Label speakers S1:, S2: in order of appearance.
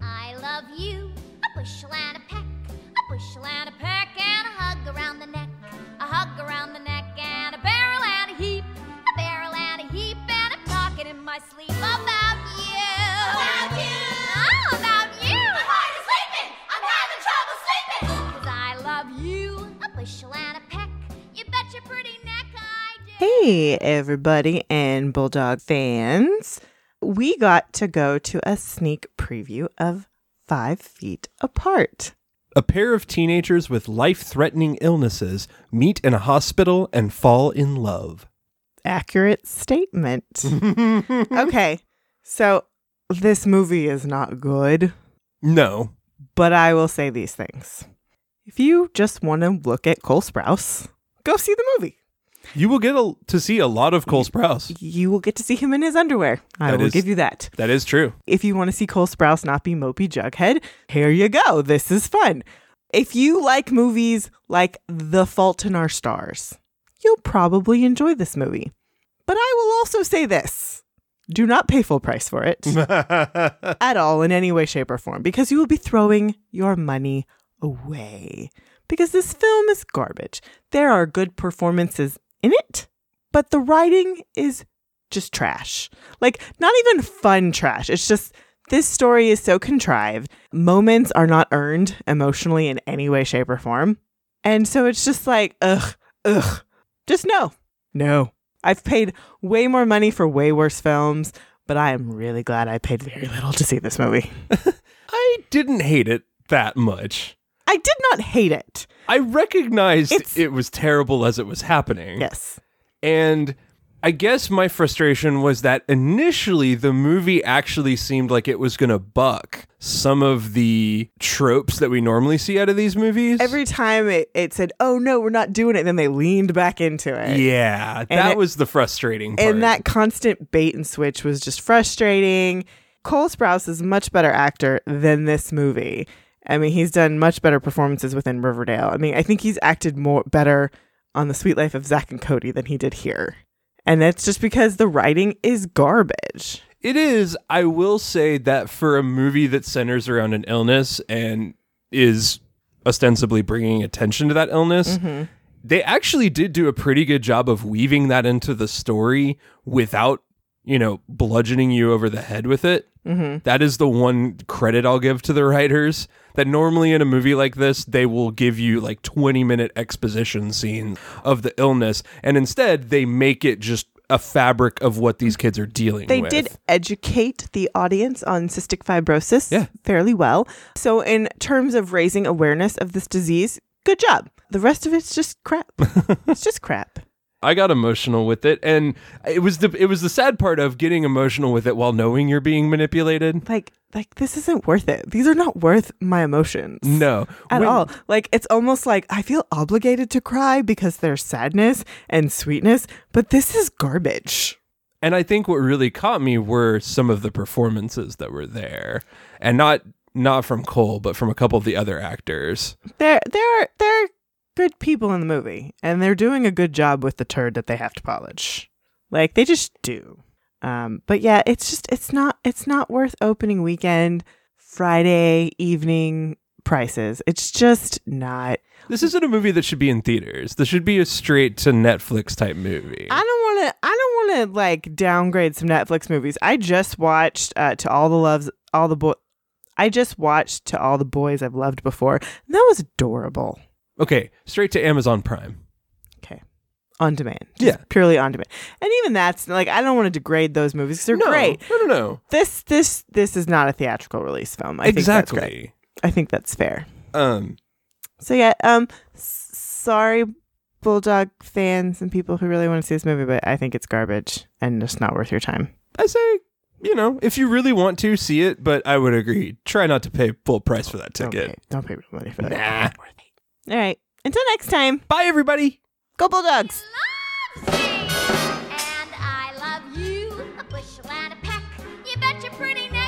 S1: of you. A bushel and a peck, a bushel and a peck, and a hug around the neck, a hug around the neck, and a barrel and a heap, a barrel and a heap, and I'm talking in my sleep about you. About you. Oh, about you. My heart is leaping. I'm having trouble sleeping. Cause I love you. A bushel and a peck. You bet your pretty neck I do.
S2: Hey, everybody, and Bulldog fans. We got to go to a sneak preview of Five Feet Apart.
S3: A pair of teenagers with life threatening illnesses meet in a hospital and fall in love.
S2: Accurate statement. okay, so this movie is not good,
S3: No.
S2: but I will say these things. If you just want to look at Cole Sprouse, go see the movie.
S3: You will get a, to see a lot of Cole Sprouse.
S2: You will get to see him in his underwear. I
S3: That
S2: will
S3: is-
S2: give you that.
S3: That is true.
S2: If you want to see Cole Sprouse not be mopey Jughead, here you go. This is fun. If you like movies like The Fault in Our Stars, you'll probably enjoy this movie. But I will also say this do not pay full price for it at all in any way, shape, or form because you will be throwing your money away. Because this film is garbage. There are good performances in it, but the writing is just trash. Like, not even fun trash. It's just this story is so contrived. Moments are not earned emotionally in any way, shape, or form. And so it's just like, ugh, ugh. Just no. No. I've paid way more money for way worse films, but I am really glad I paid very little to see this movie.
S3: I didn't hate it that much.
S2: I did not hate it.
S3: I recognized
S2: It's-
S3: it was terrible as it was happening.
S2: Yes.
S3: And I guess my frustration was that initially the movie actually seemed like it was going to buck some of the tropes that we normally see out of these movies.
S2: Every time it, it said, oh no, we're not doing it, then they leaned back into it.
S3: yeah,
S2: And
S3: that
S2: it-
S3: was the frustrating part.
S2: And that constant bait and switch was just frustrating. Cole Sprouse is a much better actor than this movie. I mean, he's done much better performances within Riverdale. I mean, I think he's acted more better on The Sweet Life of Zack and Cody than he did here. And that's just because the writing is garbage.
S3: It is. I will say that for a movie that centers around an illness and is ostensibly bringing attention to that illness,
S2: Mm-hmm.
S3: they actually did do a pretty good job of weaving that into the story without, you know, bludgeoning you over the head with it.
S2: Mm-hmm.
S3: That is the one credit I'll give to the writers. That normally in a movie like this, they will give you like 20 minute exposition scenes of the illness. And instead, they make it just a fabric of what these kids are dealing
S2: They
S3: with.
S2: did educate the audience on cystic fibrosis
S3: Yeah.
S2: fairly well. So, in terms of raising awareness of this disease, good job. The rest of it's just crap. it's just crap.
S3: I got emotional with it, and it was the it was the sad part of getting emotional with it while knowing you're being manipulated.
S2: Like, like this isn't worth it. These are not worth my emotions.
S3: No,
S2: At
S3: When-
S2: all. Like, it's almost like I feel obligated to cry because there's sadness and sweetness, but this is garbage.
S3: And I think what really caught me were some of the performances that were there, and not not from Cole, but from a couple of the other actors.
S2: There, there, are, there are good people in the movie, and they're doing a good job with the turd that they have to polish. Like they just do. Um, but yeah, it's just it's not it's not worth opening weekend Friday evening prices. It's just not.
S3: This isn't a movie that should be in theaters. This should be a straight to Netflix type movie.
S2: I don't want to. I don't want to like downgrade some Netflix movies. I just watched uh, to all the loves, all the boy. I just watched to all the boys I've loved before. And that was adorable.
S3: okay, straight to Amazon Prime.
S2: Okay. On demand.
S3: Yeah.
S2: Just Purely on demand. And even that's like I don't want to degrade those movies 'cause they're
S3: no,
S2: great.
S3: No, no, no.
S2: This this this is not a theatrical release film. I
S3: exactly.
S2: think that's great. I think that's fair.
S3: Um.
S2: So yeah, um s- sorry Bulldog fans and people who really want to see this movie, but I think it's garbage and just not worth your time.
S3: I say, you know, if you really want to see it, but I would agree, try not to pay full price for that
S2: Don't
S3: ticket.
S2: pay, don't pay real money for that.
S3: Nah.
S2: All right. Until next time,
S3: Bye, everybody.
S2: go Bulldogs!
S1: loves me. And I love you. A bushel and a peck. You bet your pretty neck.